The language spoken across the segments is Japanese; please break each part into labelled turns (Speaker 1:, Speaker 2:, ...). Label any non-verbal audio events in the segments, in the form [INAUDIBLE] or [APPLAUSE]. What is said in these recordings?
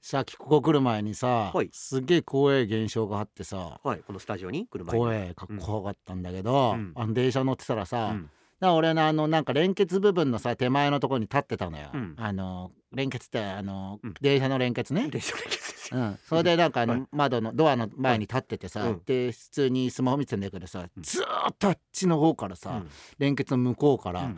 Speaker 1: さっきここ来る前にさ、
Speaker 2: はい
Speaker 1: すげえ怖え現象があってさ
Speaker 2: はいこのスタジオに来る前に
Speaker 1: 怖えかっこよかったんだけど、
Speaker 2: うん
Speaker 1: あの電車乗ってたらさ、
Speaker 2: うん
Speaker 1: だから俺のあのなんか連結部分のさ手前のところに立ってたのよ、
Speaker 2: うん
Speaker 1: あの連結ってあの、
Speaker 2: うん
Speaker 1: 電車の連結ね
Speaker 2: 電車の連結です
Speaker 1: う
Speaker 2: よ
Speaker 1: ん、それでなんかあ
Speaker 2: は
Speaker 1: の窓のドアの前に立っててさ、
Speaker 2: うん
Speaker 1: で普通にスマホ見てたんだけどさ、
Speaker 2: うん
Speaker 1: ずーっとあっちの方からさ、
Speaker 2: うん
Speaker 1: 連結の向こうから、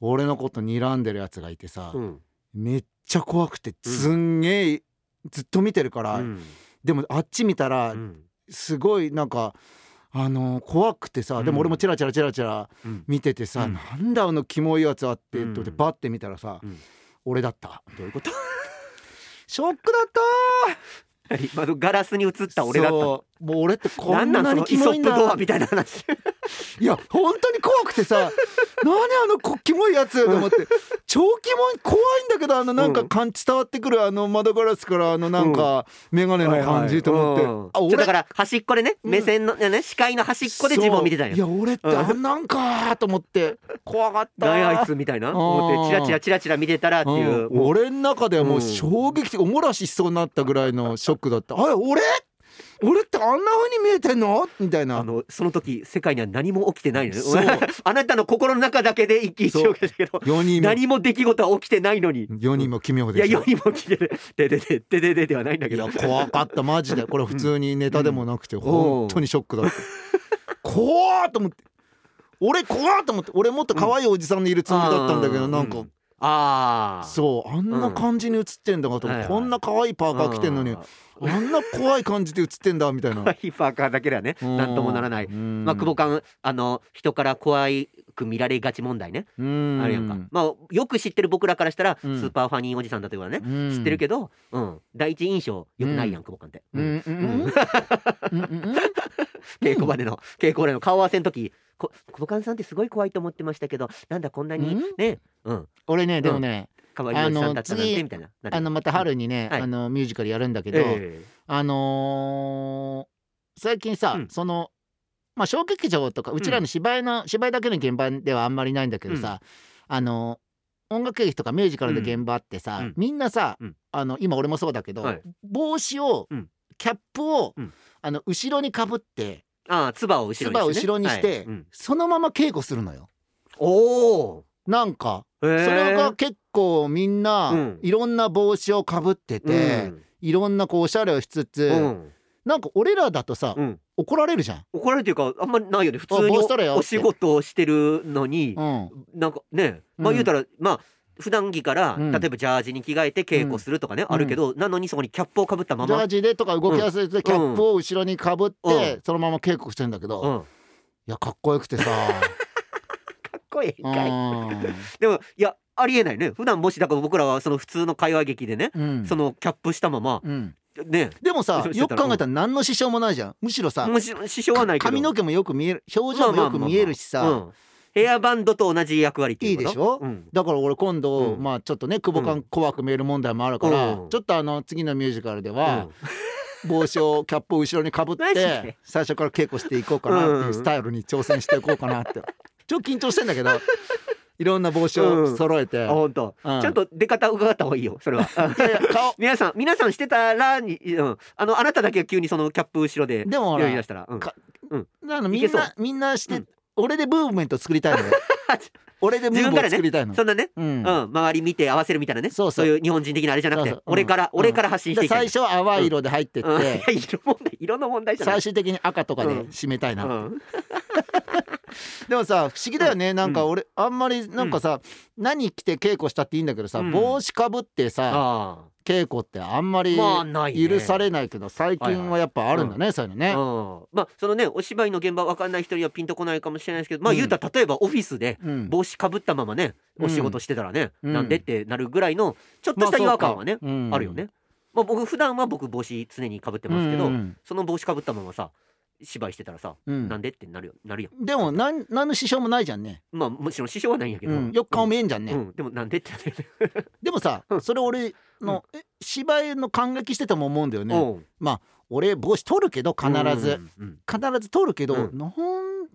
Speaker 1: 俺のこと睨んでるやつがいてさ、
Speaker 2: うん
Speaker 1: めっちゃ怖くてすんげえずっと見てるから、
Speaker 2: うん
Speaker 1: でもあっち見たら
Speaker 2: うん
Speaker 1: すごいなんか。あの怖くてさ、でも俺もチラチラチラチラ
Speaker 2: うん
Speaker 1: 見ててさ、
Speaker 2: うん
Speaker 1: なんだあのキモいやつあって、
Speaker 2: うん
Speaker 1: と思ってバッて見たらさ、
Speaker 2: うん
Speaker 1: 俺だった
Speaker 2: どういうこと [LAUGHS]
Speaker 1: ショックだった
Speaker 2: 何窓ガラスに映った俺だったの
Speaker 1: そうもう俺ってこん
Speaker 2: なんな
Speaker 1: なん
Speaker 2: そ
Speaker 1: に
Speaker 2: の
Speaker 1: キ
Speaker 2: イソ
Speaker 1: モいん
Speaker 2: ップ
Speaker 1: だ
Speaker 2: ドアみたいな話
Speaker 1: いや本当に怖くて
Speaker 2: [LAUGHS]
Speaker 1: さ何あのこキモいやつと思って超キモい怖いんだけどあのなん
Speaker 2: う
Speaker 1: か
Speaker 2: ん
Speaker 1: 感じ伝わってくるあの窓ガラスからあのなんか眼鏡の感じと思って、
Speaker 2: うん
Speaker 1: あ
Speaker 2: ちょ
Speaker 1: 俺
Speaker 2: だから端っこでね
Speaker 1: うん
Speaker 2: 目線のね視界の端っこで自分を見てたん
Speaker 1: そうい
Speaker 2: よ
Speaker 1: や俺ってあんなんかと思って怖かった
Speaker 2: 何あいつみたいな
Speaker 1: うん
Speaker 2: 思ってチラチラチラチラ見てたらっていう
Speaker 1: うん
Speaker 2: もう
Speaker 1: 俺の中ではもううん衝撃的おもらししそうになったぐらいのショックだった [LAUGHS] あれ俺俺ってあんな風に見えてんのみたいな
Speaker 2: あのその時世界には何も起きてないのよ
Speaker 1: そう
Speaker 2: [LAUGHS] あなたの心の中だけで一喜一憂してたけど
Speaker 1: 4人も
Speaker 2: 何も出来事は起きてないのに
Speaker 1: 4人も奇妙
Speaker 2: い
Speaker 1: で
Speaker 2: や
Speaker 1: し
Speaker 2: 世
Speaker 1: ょ
Speaker 2: にも来てるででででででではないんだけ
Speaker 1: い
Speaker 2: ど
Speaker 1: や怖かったマジでこれ普通にネタでもなくて
Speaker 2: ん
Speaker 1: 本当にショックだ [LAUGHS] った怖ーと思って俺怖ーと思って俺もっと可愛いおじさんでいるつもりだったんだけど
Speaker 2: う
Speaker 1: なんか
Speaker 2: うああ
Speaker 1: そうあんな感じに映ってんだかと思って
Speaker 2: うん
Speaker 1: こんな可愛いパーカー着てんのにあんな怖い感じで映ってんだみたい [LAUGHS] な
Speaker 2: ハイパーカーだけではねなんともならない
Speaker 1: ま
Speaker 2: まあ久保勘あの人から怖いく見られがち問題ねあるやんかまあよく知ってる僕らからしたらス
Speaker 1: うん
Speaker 2: ーパーファニーおじさんだということはね
Speaker 1: 知
Speaker 2: 知ってる
Speaker 1: ど
Speaker 2: けどうん第一印象良くないやん久保勘って
Speaker 1: う
Speaker 2: うん
Speaker 1: んうんうんうんうん
Speaker 2: [LAUGHS] 稽古場での稽古場での顔合わせの時こ久保勘さんってすごい怖いと思ってましたけどなんだこんなに
Speaker 1: うん
Speaker 2: ねうん
Speaker 1: 俺ねでもね
Speaker 2: 可愛いおじさんだった
Speaker 1: あの
Speaker 2: なんて
Speaker 1: 次
Speaker 2: みたいななる
Speaker 1: あのまた春にね
Speaker 2: はい
Speaker 1: あのミュージカルやるんだけど
Speaker 2: ええ
Speaker 1: あのー最近さ、
Speaker 2: うん
Speaker 1: そのまあ小劇場とかうちらの芝居の、芝居だけの現場ではあんまりないんだけどさ、あの音楽劇とかミュージカルの現場ってさ、
Speaker 2: うん
Speaker 1: みんなさ、
Speaker 2: うん
Speaker 1: あの今俺もそうだけど、
Speaker 2: はい
Speaker 1: 帽子を、
Speaker 2: うん
Speaker 1: キャップを、
Speaker 2: うん
Speaker 1: あの後ろにかぶって
Speaker 2: ああ、つばを後ろにして、ね。
Speaker 1: 唾を後ろにして
Speaker 2: はいうん
Speaker 1: そのまま稽古するのよ。
Speaker 2: おお。
Speaker 1: なんか
Speaker 2: そ
Speaker 1: それが結構みんな、
Speaker 2: うん
Speaker 1: いろんな帽子をかぶってて、いろんなこうおしゃれをしつつ、
Speaker 2: うんうん
Speaker 1: なんか俺らだとさ、
Speaker 2: うん
Speaker 1: 怒られるじゃん。
Speaker 2: 怒られるというかあんまりないよね普通
Speaker 1: あ
Speaker 2: に
Speaker 1: 帽子取れよって
Speaker 2: おお仕事をしてるのに
Speaker 1: う、ん
Speaker 2: なんかねま
Speaker 1: う
Speaker 2: あ
Speaker 1: ん
Speaker 2: 言うたら、まあ普段着から、
Speaker 1: うん
Speaker 2: 例えばジャージに着替えて稽古するとかね、
Speaker 1: うん
Speaker 2: あるけどなのにそこにキャップをかぶったま
Speaker 1: ジャ
Speaker 2: ま
Speaker 1: ー、ジでとか動きやすいでキャップを後ろにかぶって、
Speaker 2: う
Speaker 1: そのまま稽古してんだけど、
Speaker 2: う
Speaker 1: い
Speaker 2: ん、か
Speaker 1: やかっこよくて
Speaker 2: [LAUGHS]
Speaker 1: さ
Speaker 2: っこいい
Speaker 1: うん
Speaker 2: かいでもいやありえないね普段もしだから僕らはその普通の会話劇でね、
Speaker 1: うん
Speaker 2: そのキャップしたまま
Speaker 1: うん
Speaker 2: ね
Speaker 1: でもさ
Speaker 2: そうして
Speaker 1: よ
Speaker 2: た
Speaker 1: く
Speaker 2: ら
Speaker 1: 考えたら何の支障もないじゃんむしろさ
Speaker 2: もし支障はないけど
Speaker 1: 髪の毛もよく見える表情もよく見えるし
Speaker 2: まあまあ
Speaker 1: さ
Speaker 2: まあまあうんヘアバンドと同じ役割っていうこと
Speaker 1: いいでしょ
Speaker 2: うん
Speaker 1: だから俺今度、
Speaker 2: うん
Speaker 1: まあちょっとね久保
Speaker 2: うん
Speaker 1: 感怖く見える問題もあるから、
Speaker 2: うん
Speaker 1: ちょっとあの次のミュージカルで
Speaker 2: う
Speaker 1: は
Speaker 2: ん、
Speaker 1: 帽子をキャップを後ろにかぶっ
Speaker 2: マジ
Speaker 1: て
Speaker 2: で
Speaker 1: 最初から稽古していこうかなって
Speaker 2: う
Speaker 1: い
Speaker 2: ん
Speaker 1: うスタイルに挑戦していこうかなって
Speaker 2: [LAUGHS]
Speaker 1: ちょっと緊張してんだけどいろんな帽子を揃えて、
Speaker 2: あ本当、
Speaker 1: うん
Speaker 2: ちゃんと出方伺った方がいいよそ
Speaker 1: [LAUGHS]
Speaker 2: れは
Speaker 1: いやいや
Speaker 2: [LAUGHS]
Speaker 1: 顔
Speaker 2: 皆さん皆さんしてたらに、うん、あのあなただけ急にそのキャップ後ろで
Speaker 1: でもほ
Speaker 2: 呼
Speaker 1: ら
Speaker 2: び出したら、うん、
Speaker 1: かあの
Speaker 2: い
Speaker 1: み
Speaker 2: け
Speaker 1: ん
Speaker 2: そう
Speaker 1: なみんなして、
Speaker 2: うん
Speaker 1: 俺でムーブメント作りたい
Speaker 2: [LAUGHS]
Speaker 1: のよ俺でムーブを作りたいの、
Speaker 2: そんなね、
Speaker 1: う
Speaker 2: うんん周り見て合わせるみたいなね
Speaker 1: そうそう
Speaker 2: いう日本人的なあれじゃなくて
Speaker 1: そうそううん
Speaker 2: 俺から、
Speaker 1: うん
Speaker 2: 俺から発信して
Speaker 1: で
Speaker 2: いきた
Speaker 1: 最
Speaker 2: い
Speaker 1: 初は淡い色で入ってって、
Speaker 2: うんい [LAUGHS] や色問題色の問題じゃな
Speaker 1: 最
Speaker 2: い
Speaker 1: 終的に赤とかで
Speaker 2: うん
Speaker 1: 締めたいな、
Speaker 2: うん
Speaker 1: でもさ不思議だよねなんか俺、あんまりなんかさ、何着て稽古したっていいんだけどさ、
Speaker 2: うん
Speaker 1: 帽子かぶってさ
Speaker 2: あ
Speaker 1: 稽古ってあんま
Speaker 2: あ
Speaker 1: り
Speaker 2: まあない、ね、
Speaker 1: 許されないけど最近はやっぱあるんだね、そういうのね。
Speaker 2: うんまあそのねお芝居の現場わかんない人にはピンとこないかもしれないですけどまあ
Speaker 1: うん
Speaker 2: 言うたら例えばオフィスで
Speaker 1: うん
Speaker 2: 帽子かぶったままねお仕事してたらね、
Speaker 1: うん
Speaker 2: なんでってなるぐらいのちょっと
Speaker 1: まあ
Speaker 2: した違和感はね、
Speaker 1: そうかうん
Speaker 2: あるよね。まあ、僕普段は僕帽子常にかぶってますけど、
Speaker 1: うん
Speaker 2: その帽子かぶったままさ芝居してたらさ、
Speaker 1: うん
Speaker 2: なんでってなるよなるやん
Speaker 1: でもなん何の支障もないじゃんね。
Speaker 2: まあもちろん支障はないんやけど、
Speaker 1: うんよく顔見えんじゃんね。
Speaker 2: うんうんでもなんでってなるよね
Speaker 1: でもさ
Speaker 2: うん
Speaker 1: それ俺の、え芝居の感激してても思うんだよね。
Speaker 2: うん
Speaker 1: 俺帽子取るけど必ず、
Speaker 2: うんうん
Speaker 1: 必ず取るけど、
Speaker 2: うん
Speaker 1: なん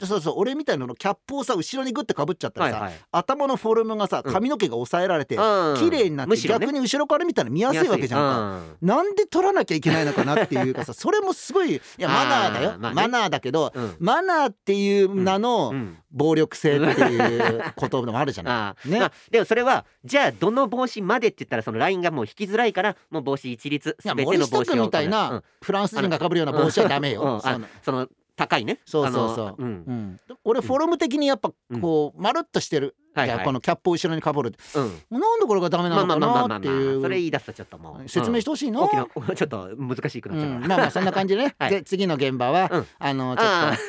Speaker 1: そうそう俺みたいなのキャップをさ後ろにグッてかぶっちゃったら
Speaker 2: はい
Speaker 1: さ、
Speaker 2: はい
Speaker 1: 頭のフォルムがさ
Speaker 2: うん
Speaker 1: 髪の毛が抑えられて
Speaker 2: うん
Speaker 1: 綺麗になって、
Speaker 2: むしろね
Speaker 1: 逆に後ろから見たら見やすいわけじゃんか。
Speaker 2: うん
Speaker 1: なんで取らなきゃいけないのかなっていうかさそれもすごいいやマナーだよ
Speaker 2: あーまあね
Speaker 1: マナーだけど
Speaker 2: うん
Speaker 1: マナーっていう名
Speaker 2: う
Speaker 1: の
Speaker 2: ん
Speaker 1: 暴力性っていうこともあるじゃない。
Speaker 2: ああ
Speaker 1: ね
Speaker 2: まあでもそれはじゃあどの帽子までって言ったらそのラインがもう引きづらいからもう帽子一律
Speaker 1: いや
Speaker 2: 全て
Speaker 1: 森
Speaker 2: の
Speaker 1: 下
Speaker 2: 帽子を
Speaker 1: 君みたい
Speaker 2: うん
Speaker 1: なフランス人がかぶるような帽子はダメ
Speaker 2: うんう
Speaker 1: よ
Speaker 2: ん。
Speaker 1: その
Speaker 2: その高いね
Speaker 1: そうそうそう
Speaker 2: あのうん
Speaker 1: うん俺フォルム的にやっぱこうまるっとしてるじ
Speaker 2: はい
Speaker 1: ゃ
Speaker 2: は
Speaker 1: あ
Speaker 2: い
Speaker 1: このキャップを後ろにかぶる
Speaker 2: うん
Speaker 1: なんでこれがダメ
Speaker 2: ま
Speaker 1: な
Speaker 2: あまあ
Speaker 1: の
Speaker 2: まあま
Speaker 1: かな
Speaker 2: あまあ
Speaker 1: って
Speaker 2: ま
Speaker 1: い
Speaker 2: あそれ
Speaker 1: う
Speaker 2: 言い出すとちょっともう
Speaker 1: 説明しててほしいな。
Speaker 2: 大きなちょっと難しくなっちゃうから
Speaker 1: うんまあまあそんな感じでね
Speaker 2: [LAUGHS] はい
Speaker 1: で次の現場は
Speaker 2: うん
Speaker 1: あのちょ
Speaker 2: あ
Speaker 1: っと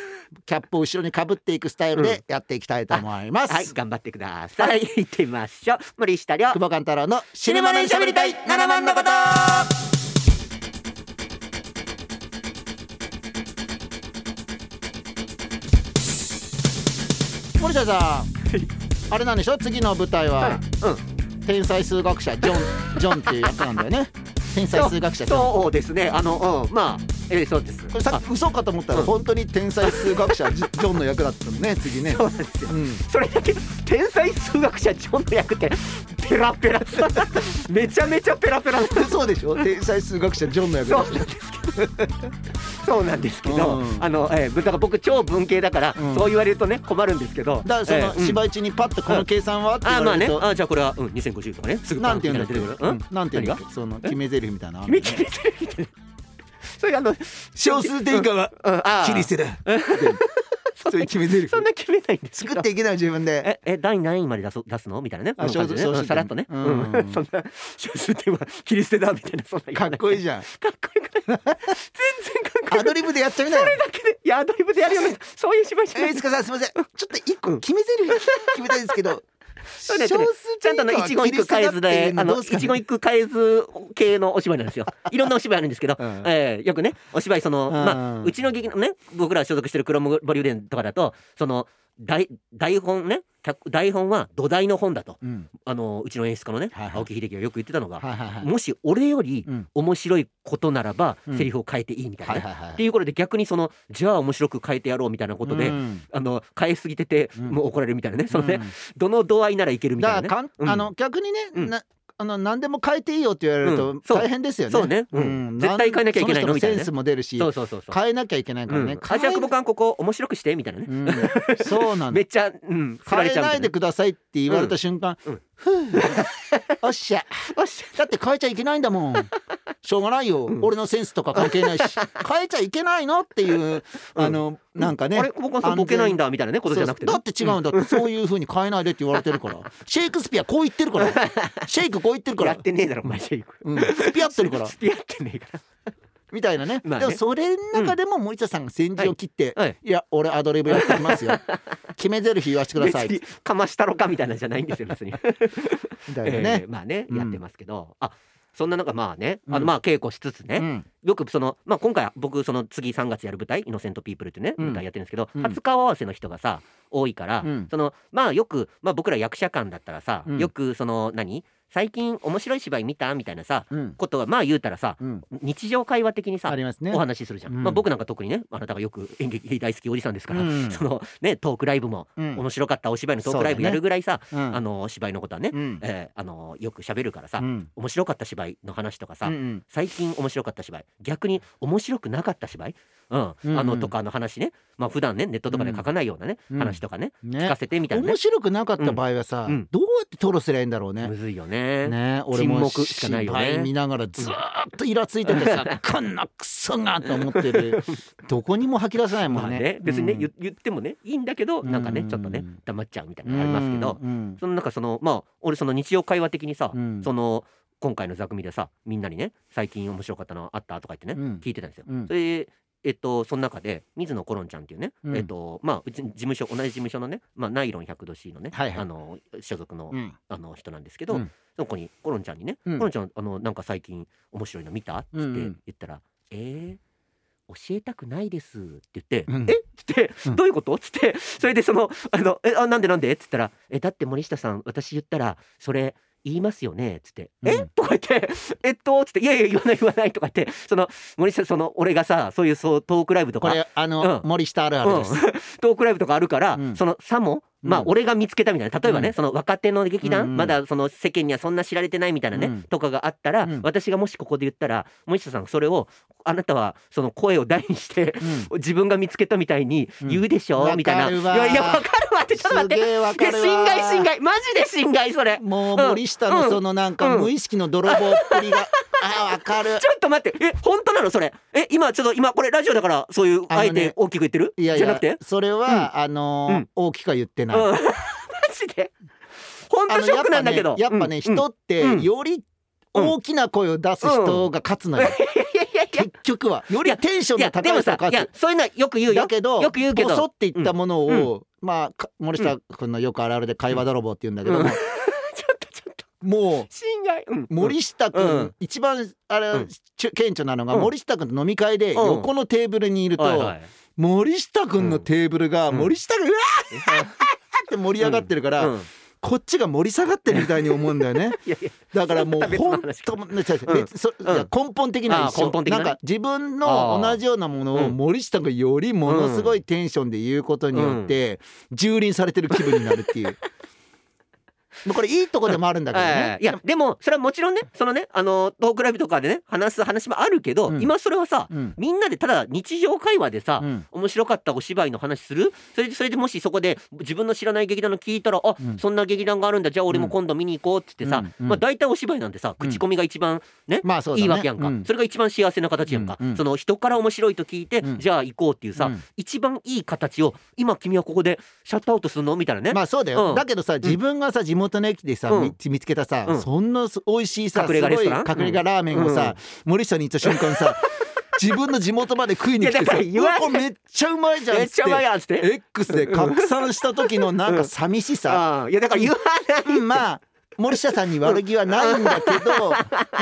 Speaker 1: キャップを後ろにかぶっていくスタイルでやっていきたいと思いま
Speaker 2: はい
Speaker 1: す。
Speaker 2: 頑張ってください行ってみましょう森下亮
Speaker 1: 久保勘太郎のシネマネに喋りたい7番のこと森下さんあれなんでしょ次の舞台は
Speaker 2: うん
Speaker 1: 天才数学者ジョンジョンっていう役なんだよ
Speaker 2: [LAUGHS]
Speaker 1: ね天才数学者ジョン
Speaker 2: そうですねあのうんまあえーそうです
Speaker 1: これさっき嘘かと思ったら
Speaker 2: うん
Speaker 1: 本当に天才数学者ジジ [LAUGHS] ョンの役だったのね次ね
Speaker 2: あそうなんですよ
Speaker 1: うん
Speaker 2: それだけ天才数学者ジョンの役ってペラペラめちゃめちゃペラペラ
Speaker 1: 嘘でしょ天才数学者ジョンの役だ
Speaker 2: そ
Speaker 1: っ
Speaker 2: うなんですけどそうなんですけど、
Speaker 1: うん
Speaker 2: あの、えー、だから僕超文系だから、
Speaker 1: うん
Speaker 2: そう言われるとね困るんですけど
Speaker 1: ただか
Speaker 2: え
Speaker 1: らそ
Speaker 2: ー
Speaker 1: うの
Speaker 2: ん
Speaker 1: 芝居中にパッとこの計算はって
Speaker 2: あ
Speaker 1: 言
Speaker 2: ーま
Speaker 1: わ
Speaker 2: あ
Speaker 1: れ
Speaker 2: ね
Speaker 1: ると
Speaker 2: あーじゃあこれは、うん、2050とかねすぐ
Speaker 1: なんて言うんだっ
Speaker 2: 出
Speaker 1: け、
Speaker 2: てくる
Speaker 1: う
Speaker 2: うんん、
Speaker 1: なんて言うんだっけその決め台詞みたいなのあるの
Speaker 2: 決め台詞みたいなそれあの
Speaker 1: 少数点下は
Speaker 2: うんあー
Speaker 1: 切り捨てだそういう決め台詞
Speaker 2: そんな決めないんですけど
Speaker 1: 作っていけない自分で
Speaker 2: ええ第何位まで出す出すのみたいなね
Speaker 1: あ
Speaker 2: うん感じでね
Speaker 1: 小数
Speaker 2: うんさらっとね、
Speaker 1: うん
Speaker 2: うん、 [LAUGHS] そんな小数点は切り捨てだみたいなそんな言
Speaker 1: か
Speaker 2: わ
Speaker 1: っ
Speaker 2: な
Speaker 1: こいい
Speaker 2: い
Speaker 1: じゃん
Speaker 2: [LAUGHS] かっこいいから全然かっこいい
Speaker 1: アドリブでやっちゃいなよ
Speaker 2: だけでいやアドリブでやるよねそういう芝居しな
Speaker 1: [LAUGHS] え
Speaker 2: い
Speaker 1: いつかさんすみませんちょっと一個決め台詞決めたいんですけど
Speaker 2: [LAUGHS] そ
Speaker 1: 少
Speaker 2: うね
Speaker 1: 数
Speaker 2: ちゃんとあの
Speaker 1: 点以下は
Speaker 2: 一言一句
Speaker 1: 切り
Speaker 2: 返
Speaker 1: 捨て
Speaker 2: す
Speaker 1: だってい
Speaker 2: で
Speaker 1: う
Speaker 2: あ
Speaker 1: ど
Speaker 2: の
Speaker 1: うす
Speaker 2: 一
Speaker 1: かね
Speaker 2: 言一句返す系のお芝居なんですよいろんなお芝居あるんですけど、
Speaker 1: うん
Speaker 2: えーよくねお芝居その、
Speaker 1: うん
Speaker 2: まあうちの劇のね僕ら所属してるクロムボリューデンとかだとその台台本ね脚台本は土台の本だと
Speaker 1: うん
Speaker 2: あのうちの演出家のね、
Speaker 1: はいはい
Speaker 2: 青木秀樹がよく言ってたのが、
Speaker 1: はいはいはい
Speaker 2: もし俺より
Speaker 1: うん
Speaker 2: 面白いことならば、
Speaker 1: うん
Speaker 2: セリフを変えていいみたいな
Speaker 1: は
Speaker 2: ね、
Speaker 1: いはいはい
Speaker 2: っていうことで逆にそのじゃあ面白く変えてやろうみたいなことで、
Speaker 1: うん
Speaker 2: あの変えすぎてて、
Speaker 1: うん
Speaker 2: もう怒られるみたいなね、その
Speaker 1: う
Speaker 2: ね
Speaker 1: ん
Speaker 2: どの度合いならいけるみ
Speaker 1: だ
Speaker 2: た
Speaker 1: か
Speaker 2: いな
Speaker 1: ら
Speaker 2: ね。
Speaker 1: かん
Speaker 2: うん
Speaker 1: あの逆にね
Speaker 2: うん
Speaker 1: なあの何でも変えていいよって言われる
Speaker 2: う
Speaker 1: と
Speaker 2: んそう
Speaker 1: 大変ですよね
Speaker 2: そうねうん絶対変えなきゃいけない
Speaker 1: そ
Speaker 2: の
Speaker 1: 人
Speaker 2: みたいなね
Speaker 1: センスも出るし
Speaker 2: そうそうそうそう。
Speaker 1: 変えなきゃいけないから
Speaker 2: う
Speaker 1: ね
Speaker 2: ん、あじゃあ久保君ここ面白くしてみたいなね。
Speaker 1: うんそうな
Speaker 2: [LAUGHS]
Speaker 1: んだ
Speaker 2: めっちゃ、うん、振ら
Speaker 1: 変
Speaker 2: れ
Speaker 1: え
Speaker 2: ちゃうみ
Speaker 1: な
Speaker 2: た
Speaker 1: いで
Speaker 2: い
Speaker 1: くださいって言われた瞬間、
Speaker 2: うん
Speaker 1: ふうおっしゃ
Speaker 2: な。よし
Speaker 1: だって変えちゃいけないんだもんしょうがないよ、
Speaker 2: うん
Speaker 1: 俺のセンスとか関係ないし
Speaker 2: [LAUGHS]
Speaker 1: 変えちゃいけないのっていうあの、なんかね
Speaker 2: あれ久保君さんボケないんだみたいなねことじゃなくて、ね。
Speaker 1: そうそうだって違うんだって、そういうふうに変えないでって言われてるからシェイクスピアこう言ってるから
Speaker 2: [LAUGHS]
Speaker 1: シェイクこう言ってるか
Speaker 2: や
Speaker 1: ら
Speaker 2: っ、てねえだろお前じゃ
Speaker 1: うん、スピアってる
Speaker 2: [LAUGHS]
Speaker 1: から
Speaker 2: 付き合ってねえから。
Speaker 1: みたいなね,、
Speaker 2: まあね
Speaker 1: でもそれの中でも森田さんが先陣を切って、
Speaker 2: はい
Speaker 1: い
Speaker 2: はい
Speaker 1: や俺アドリブやってきます
Speaker 2: [LAUGHS]
Speaker 1: よ決め台詞言わせてください
Speaker 2: 別にかましたろかみたいなんじゃないんですよ
Speaker 1: [LAUGHS]
Speaker 2: 別に。
Speaker 1: みたいなね
Speaker 2: えー、まあね、
Speaker 1: うん
Speaker 2: やってますけどあそんな中まあねあ
Speaker 1: うん
Speaker 2: のまあ稽古しつつね、
Speaker 1: うん
Speaker 2: よくその、まあ、今回僕その次3月やる舞台「イノセント・ピープル」ってね、
Speaker 1: うん
Speaker 2: 舞台やってるんですけど、
Speaker 1: うん
Speaker 2: 初顔合わせの人がさ多いから、
Speaker 1: うん
Speaker 2: そのまあよく、まあ、僕ら役者間だったらさ、
Speaker 1: うん
Speaker 2: よくその何最近面白い芝居見たみたいなさ
Speaker 1: うん
Speaker 2: ことはまあ言うたらさ
Speaker 1: うん
Speaker 2: 日常会話的にさ
Speaker 1: ありますね
Speaker 2: お話しするじゃん、
Speaker 1: うん
Speaker 2: まあ、僕なんか特にねあなたがよく演劇大好きおじさんですから、
Speaker 1: うん
Speaker 2: そのねトークライブも、
Speaker 1: うん
Speaker 2: 面白かったお芝居のトークライブ
Speaker 1: そうだ
Speaker 2: や
Speaker 1: ね
Speaker 2: るぐらいさ、
Speaker 1: うん
Speaker 2: あの芝居のことはね、
Speaker 1: うん
Speaker 2: えーあのよく喋るからさ、
Speaker 1: うん
Speaker 2: 面白かった芝居の話とかさ、
Speaker 1: うんうん
Speaker 2: 最近面白かった芝居逆に面白くなかった芝居、うん
Speaker 1: うん
Speaker 2: あのとかの話ね、まあ普段ねネットとかで書かないようなね、
Speaker 1: うん
Speaker 2: 話とかね、
Speaker 1: ね
Speaker 2: 聞かせてみたいなね
Speaker 1: 面、白くなかった場合はさ、
Speaker 2: うん
Speaker 1: どうやって吐露すりゃいいんだろうね。
Speaker 2: むずいよね
Speaker 1: ね、俺も
Speaker 2: 沈黙しかないよね
Speaker 1: 芝居見ながらずーっとイラついててさ、
Speaker 2: [LAUGHS]
Speaker 1: こんなクソがと思ってる。どこにも吐き出せないも
Speaker 2: まあ
Speaker 1: んね。
Speaker 2: ね別にね、
Speaker 1: うん
Speaker 2: 言言ってもねいいんだけどなんかね
Speaker 1: うん
Speaker 2: ちょっとね黙っちゃうみたいなのありますけど、
Speaker 1: うん
Speaker 2: そのなんかそのまあ俺その日常会話的にさ、
Speaker 1: うん
Speaker 2: その今回の座組でさみんなにね最近面白かったのあったとか言ってね、
Speaker 1: うん
Speaker 2: 聞いてたんですよ。
Speaker 1: うん
Speaker 2: それでえっと、その中で水野コロンちゃんっていうね、
Speaker 1: うん
Speaker 2: えっとまあ、うち事務所同じ事務所のね、まあ、ナイロン 100°C のね、
Speaker 1: はいはい
Speaker 2: あの所属の,、
Speaker 1: うん
Speaker 2: あの人なんですけど、
Speaker 1: うん
Speaker 2: その子にコロンちゃんにね「
Speaker 1: うん
Speaker 2: コロンちゃんあのなんか最近面白いの見た?」って
Speaker 1: うんうん
Speaker 2: 言ったら「えー教えたくないです」って言って「
Speaker 1: うん
Speaker 2: えっ?」って「
Speaker 1: うん
Speaker 2: どういうこと?」っつってそれでその「あのえあなんでなんで?」っつったら「えだって森下さん私言ったらそれ言いますよね」つって「
Speaker 1: う
Speaker 2: え
Speaker 1: ん
Speaker 2: とか言って「えっと」つって「いやいや言わない言わない」とか言ってその森下その俺がさそういうそうトークライブと
Speaker 1: こ
Speaker 2: か。
Speaker 1: れあの、
Speaker 2: うん
Speaker 1: 森下あるあ
Speaker 2: う
Speaker 1: る
Speaker 2: ん
Speaker 1: です、
Speaker 2: トークライブとかあるから、
Speaker 1: うん
Speaker 2: その差も、まあ
Speaker 1: うん
Speaker 2: 俺が見つけたみたいな例えばね、
Speaker 1: うん
Speaker 2: その若手の劇団、
Speaker 1: うんうん
Speaker 2: まだその世間にはそんな知られてないみたいなね、
Speaker 1: うん
Speaker 2: とかがあったら、
Speaker 1: うん
Speaker 2: 私がもしここで言ったら森下さんそれをあなたはその声を大にして [LAUGHS]
Speaker 1: うん
Speaker 2: 自分が見つけたみたいに言うでしょ、
Speaker 1: うん
Speaker 2: みたいな。
Speaker 1: わか
Speaker 2: い
Speaker 1: るわ
Speaker 2: やいやわかるわってちょっと待
Speaker 1: す
Speaker 2: って。
Speaker 1: げえわ
Speaker 2: い
Speaker 1: か
Speaker 2: や
Speaker 1: るわ
Speaker 2: 侵害侵害マジで侵害それ。
Speaker 1: もう
Speaker 2: うん
Speaker 1: 森下のそのなんか
Speaker 2: うん
Speaker 1: 無意識の泥棒っぷ
Speaker 2: [LAUGHS]
Speaker 1: りが、あーわかる
Speaker 2: ちょっと待ってえ本当なのそれえ今ちょっと今これラジオだからそういう
Speaker 1: あの
Speaker 2: あ
Speaker 1: ね
Speaker 2: えて大きく言ってる
Speaker 1: いやい
Speaker 2: じゃな
Speaker 1: や
Speaker 2: くて
Speaker 1: それは、あのー
Speaker 2: うん
Speaker 1: 大きくは言って
Speaker 2: うん [LAUGHS]
Speaker 1: ない、
Speaker 2: マジで本
Speaker 1: あ
Speaker 2: 当
Speaker 1: の
Speaker 2: ショックなんだけど
Speaker 1: やっぱねやっぱね、
Speaker 2: うん
Speaker 1: 人ってより大きな声を出す人が勝つのよ、
Speaker 2: いやいやいや
Speaker 1: 結局はよりテンション
Speaker 2: いや
Speaker 1: の
Speaker 2: で
Speaker 1: 高
Speaker 2: も
Speaker 1: い人
Speaker 2: さ
Speaker 1: が
Speaker 2: いや
Speaker 1: 勝
Speaker 2: そういうのはよく言う
Speaker 1: つ
Speaker 2: よ
Speaker 1: だけど
Speaker 2: よく言うけど
Speaker 1: ボソっていったもの
Speaker 2: う
Speaker 1: を、まあか森下君のよくあるあるで会話泥棒って言うんだけど
Speaker 2: うん [LAUGHS]
Speaker 1: も、
Speaker 2: ちょっとちょっと
Speaker 1: もう
Speaker 2: 侵害うん
Speaker 1: 森下君、
Speaker 2: うん
Speaker 1: 一番あれ、
Speaker 2: うん
Speaker 1: ちゅ顕著なのが、
Speaker 2: うん
Speaker 1: 森下君と飲み会で
Speaker 2: うん
Speaker 1: 横のテーブルにいると、
Speaker 2: はいはい
Speaker 1: 森下君のテーブルが、
Speaker 2: うん
Speaker 1: 森下君うわーって盛り上がってるから、
Speaker 2: うん
Speaker 1: こっちが盛り下がってるみたいに思うんだよ
Speaker 2: [LAUGHS]
Speaker 1: ね
Speaker 2: いやいや
Speaker 1: だからもう
Speaker 2: また別の
Speaker 1: 本
Speaker 2: 話
Speaker 1: 当ね違う違う
Speaker 2: うん
Speaker 1: 別そいや根本的な一
Speaker 2: あー
Speaker 1: 緒
Speaker 2: 根本的な
Speaker 1: な
Speaker 2: ね
Speaker 1: んか自分の同じようなもの
Speaker 2: あー
Speaker 1: を森下君よりものすごいテンションで言うことによって、蹂躙されてる気分になるっていう
Speaker 2: [LAUGHS]
Speaker 1: まあこれいいとこでもあるんだけど
Speaker 2: え
Speaker 1: ね
Speaker 2: え。いやでもそれはもちろんねそのねあのトークライブとかでね話す話もあるけど、
Speaker 1: うん
Speaker 2: 今それはさ
Speaker 1: うん
Speaker 2: みんなでただ日常会話でさ、
Speaker 1: うん
Speaker 2: 面白かったお芝居の話するそれでそれでもしそこで自分の知らない劇団の聞いたらあ、
Speaker 1: うん
Speaker 2: そんな劇団があるんだじゃあ俺も今度見に行こうっつってさ、
Speaker 1: うんうん
Speaker 2: まあ大体お芝居なんてさ口コミが一番ね、
Speaker 1: まあそうだね
Speaker 2: いいわけやんか、
Speaker 1: うん
Speaker 2: それが一番幸せな形やんか、
Speaker 1: うんうん
Speaker 2: その人から面白いと聞いて、
Speaker 1: うん
Speaker 2: じゃあ行こうっていうさ、
Speaker 1: うん
Speaker 2: 一番いい形を今君はここでシャットアウトするのみたいなね、
Speaker 1: まあそうだよ、
Speaker 2: うん
Speaker 1: だけどさ自分がさ地元の駅でさ、
Speaker 2: うん
Speaker 1: み見つけたさ、
Speaker 2: うん
Speaker 1: そんなす美味しいさ
Speaker 2: 隠れ
Speaker 1: す
Speaker 2: 家
Speaker 1: ごい
Speaker 2: レストラン
Speaker 1: 隠れ家ラーメンをさ、森下に行った瞬間
Speaker 2: [LAUGHS]
Speaker 1: さ自分の地元まで食いに来てさ「
Speaker 2: いやだから言わないう
Speaker 1: わこれめっちゃうまいじゃん」
Speaker 2: め
Speaker 1: っ
Speaker 2: っ
Speaker 1: つ
Speaker 2: ち
Speaker 1: っ
Speaker 2: ゃうまい
Speaker 1: て
Speaker 2: やんっつって。
Speaker 1: X で拡散した時のなんか寂しさ、
Speaker 2: ああいやだから言わない
Speaker 1: うんまあ森下さんに悪気はないんだけ
Speaker 2: [LAUGHS]
Speaker 1: ど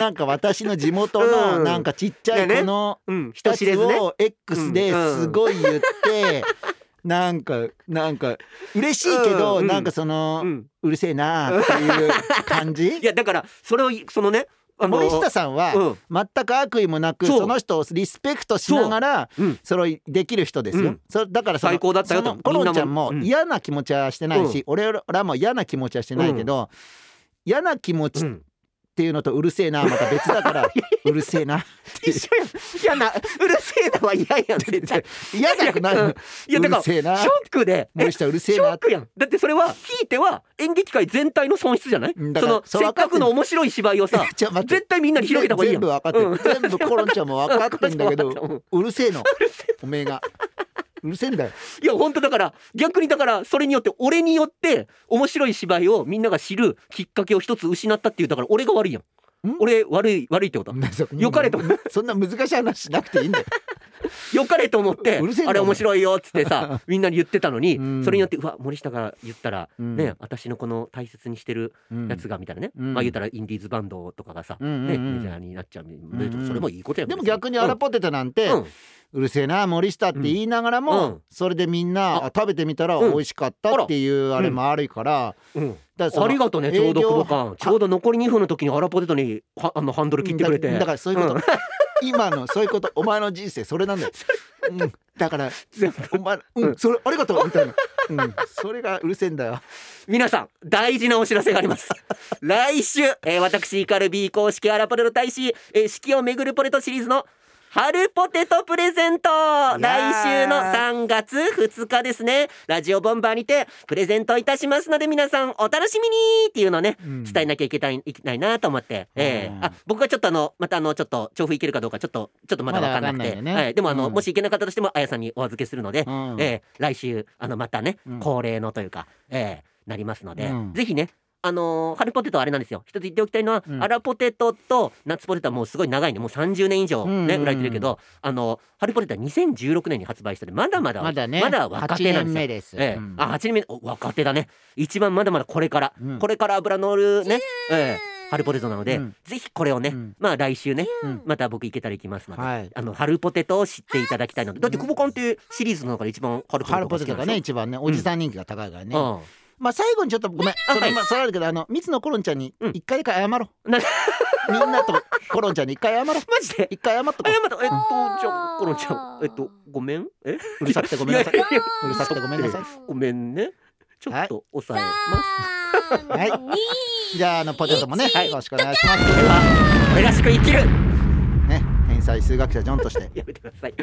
Speaker 1: なんか私の地元
Speaker 2: う
Speaker 1: の
Speaker 2: ん
Speaker 1: なんかちっちゃい
Speaker 2: ね
Speaker 1: この
Speaker 2: うん、人
Speaker 1: やつ
Speaker 2: 知れずね。
Speaker 1: を X ですごい言って。 [LAUGHS] なんかなんか嬉しいけど、
Speaker 2: うんうん
Speaker 1: なんかその、
Speaker 2: うん、
Speaker 1: うるせえなっていう感
Speaker 2: [LAUGHS] い
Speaker 1: じ
Speaker 2: やだからそれをそのね、あの
Speaker 1: 森下さんは
Speaker 2: うん、
Speaker 1: 全く悪意もなく
Speaker 2: そう
Speaker 1: その人をリスペクトしながら
Speaker 2: そううん
Speaker 1: それできる人ですよ、
Speaker 2: うん
Speaker 1: それだからその
Speaker 2: 最高だったよと
Speaker 1: そのコロンちゃんも
Speaker 2: みんなもうん
Speaker 1: 嫌な気持ちはしてないし、俺らも嫌な気持ちはしてないけど、嫌な気持
Speaker 2: う
Speaker 1: ちっ
Speaker 2: ん、
Speaker 1: ていうのとうるせえなはまた別だからうるせえな
Speaker 2: [LAUGHS] 一緒やん。いやな、うるせえなは嫌やん絶対。
Speaker 1: 嫌じゃなくない
Speaker 2: や
Speaker 1: の
Speaker 2: うんいやだか
Speaker 1: う
Speaker 2: ら
Speaker 1: る
Speaker 2: シ
Speaker 1: せえな
Speaker 2: ョックで、え
Speaker 1: 森下うるせえ
Speaker 2: ショ
Speaker 1: な
Speaker 2: ックやん。だってそれはひいては演劇界全体の損失じゃない？
Speaker 1: うんだ
Speaker 2: そ
Speaker 1: から
Speaker 2: の
Speaker 1: それ
Speaker 2: せっ
Speaker 1: 分かっ
Speaker 2: か
Speaker 1: てる、
Speaker 2: くの面白い芝居をさ
Speaker 1: [LAUGHS] ちょ待って
Speaker 2: 絶対みんなに広げた方がいい
Speaker 1: 全
Speaker 2: やん。
Speaker 1: 部分かってる、全部コロンちゃんも分かってるんだけ
Speaker 2: [LAUGHS] うん分かってる
Speaker 1: どうるせえのおめえがうるせえんだよ
Speaker 2: いや本当だから逆にだからそれによって俺によって面白い芝居をみんなが知るきっかけを一つ失ったっていうだから俺が悪いやん
Speaker 1: ん
Speaker 2: 俺悪い悪いってことよかれと
Speaker 1: そんな難しい話しなくていいんだよ
Speaker 2: よかれと思って
Speaker 1: うるせえな
Speaker 2: あれ
Speaker 1: お前
Speaker 2: 面白いよっつって
Speaker 1: [LAUGHS]
Speaker 2: さみんなに言ってたのに、
Speaker 1: うん
Speaker 2: それによってうわ森下が言ったら、
Speaker 1: うん
Speaker 2: ね私のこの大切にしてるやつがみたいなね、
Speaker 1: うん
Speaker 2: まあ言ったらインディーズバンドとかがさ、
Speaker 1: うんうん
Speaker 2: ね、
Speaker 1: うん
Speaker 2: メジャーになっちゃう、
Speaker 1: んうん
Speaker 2: それもいいことやん
Speaker 1: でも逆に
Speaker 2: うん
Speaker 1: アラポテトなんて、
Speaker 2: うん
Speaker 1: うるせえな森下って言いながらも、
Speaker 2: うんうん
Speaker 1: それでみんな
Speaker 2: あ
Speaker 1: あ食べてみたら
Speaker 2: うん
Speaker 1: 美味しかったっていうあれもあるから,、
Speaker 2: うん
Speaker 1: だからその
Speaker 2: ありがとうねちょうど
Speaker 1: 営業
Speaker 2: 久保かちょうど残り2分の時にアラポテトにはあのハンドル切ってくれて
Speaker 1: だだからそういうこと、今のそういうことお前の人生それ
Speaker 2: [LAUGHS]
Speaker 1: なんだよ、うん、だから
Speaker 2: 全
Speaker 1: お
Speaker 2: 部
Speaker 1: 前、うんそれありがとうみたいな、うん、それがうるせえんだよ
Speaker 2: 皆さん大事なお知らせがあります
Speaker 1: [LAUGHS]
Speaker 2: 来週、えー私イカル B 公式アラポテト大使、えー、四季をめぐるポテトシリーズの春ポテトプレゼント来
Speaker 1: ー
Speaker 2: 週の3月2日ですねラジオボンバーにてプレゼントいたしますので皆さんお楽しみにっていうのをね、
Speaker 1: うん
Speaker 2: 伝えなきゃいけないいけないなと思って、えー
Speaker 1: うん
Speaker 2: あ僕がちょっとあのまたあのちょっと調布いけるかどうかちょっとちょっとまだ分かんなく
Speaker 1: まだわ
Speaker 2: て
Speaker 1: かんないよね
Speaker 2: はい、でもあの、
Speaker 1: うん
Speaker 2: もしいけなかったとしてもあやさんにお預けするので、
Speaker 1: うん
Speaker 2: えー来週あのまたね、
Speaker 1: うん
Speaker 2: 恒例のというか、えーなりますので、
Speaker 1: うん
Speaker 2: ぜひねあのー春ポテトはあれなんですよ一つ言っておきたいのは、
Speaker 1: うん
Speaker 2: アラポテトと夏ポテトはもうすごい長いねもう30年以上ね、
Speaker 1: うんうんうん
Speaker 2: 売られてるけど、あのー春ポテトは2016年に発売したのでまだまだ
Speaker 1: まだね
Speaker 2: 若
Speaker 1: 8
Speaker 2: 手なん
Speaker 1: 年
Speaker 2: ですよ
Speaker 1: 目。です、
Speaker 2: ええ
Speaker 1: うん
Speaker 2: あ8年目お若手だね一番まだまだこれから、
Speaker 1: うん
Speaker 2: これから油乗るね、ええ春ポテトなので、
Speaker 1: うん
Speaker 2: ぜひこれをね、
Speaker 1: うん
Speaker 2: まあ来週ね、
Speaker 1: うん
Speaker 2: また僕いけたら行きますので、
Speaker 1: はい
Speaker 2: あの春ポテトを知っていただきたいのでだって久保館ってシリーズの中で一番春ポテ
Speaker 1: ハル
Speaker 2: ト
Speaker 1: ポテ
Speaker 2: が好きな
Speaker 1: ト
Speaker 2: ん
Speaker 1: が
Speaker 2: で
Speaker 1: ね
Speaker 2: し
Speaker 1: 一番ねおじさん人気が高いからね、
Speaker 2: ょ、
Speaker 1: まあ最後にちょっとごめん
Speaker 2: あ
Speaker 1: そ
Speaker 2: は
Speaker 1: れ
Speaker 2: い
Speaker 1: まあそれあるけどあの三つのコロンちゃんに
Speaker 2: うん
Speaker 1: 一回だけ謝ろう、
Speaker 2: な
Speaker 1: みんなとコロンちゃんに一回謝 [LAUGHS] ろう
Speaker 2: マジで
Speaker 1: 一回謝っと
Speaker 2: あ
Speaker 1: こ
Speaker 2: や
Speaker 1: う
Speaker 2: またえっと
Speaker 3: あー
Speaker 2: じゃあコロンちゃんえっとごめんえ
Speaker 1: うるさくてごめんなさい
Speaker 2: いやいや
Speaker 1: うるさくてごめんなさい
Speaker 2: ごめんねちょっと抑えます
Speaker 3: 三、
Speaker 1: はい
Speaker 3: 二、
Speaker 1: じゃああのポテトもね、
Speaker 2: はい
Speaker 1: よろしくお願いします
Speaker 2: これは俺らしく生きる
Speaker 1: ね天才数学者ジョンとして
Speaker 2: やめてください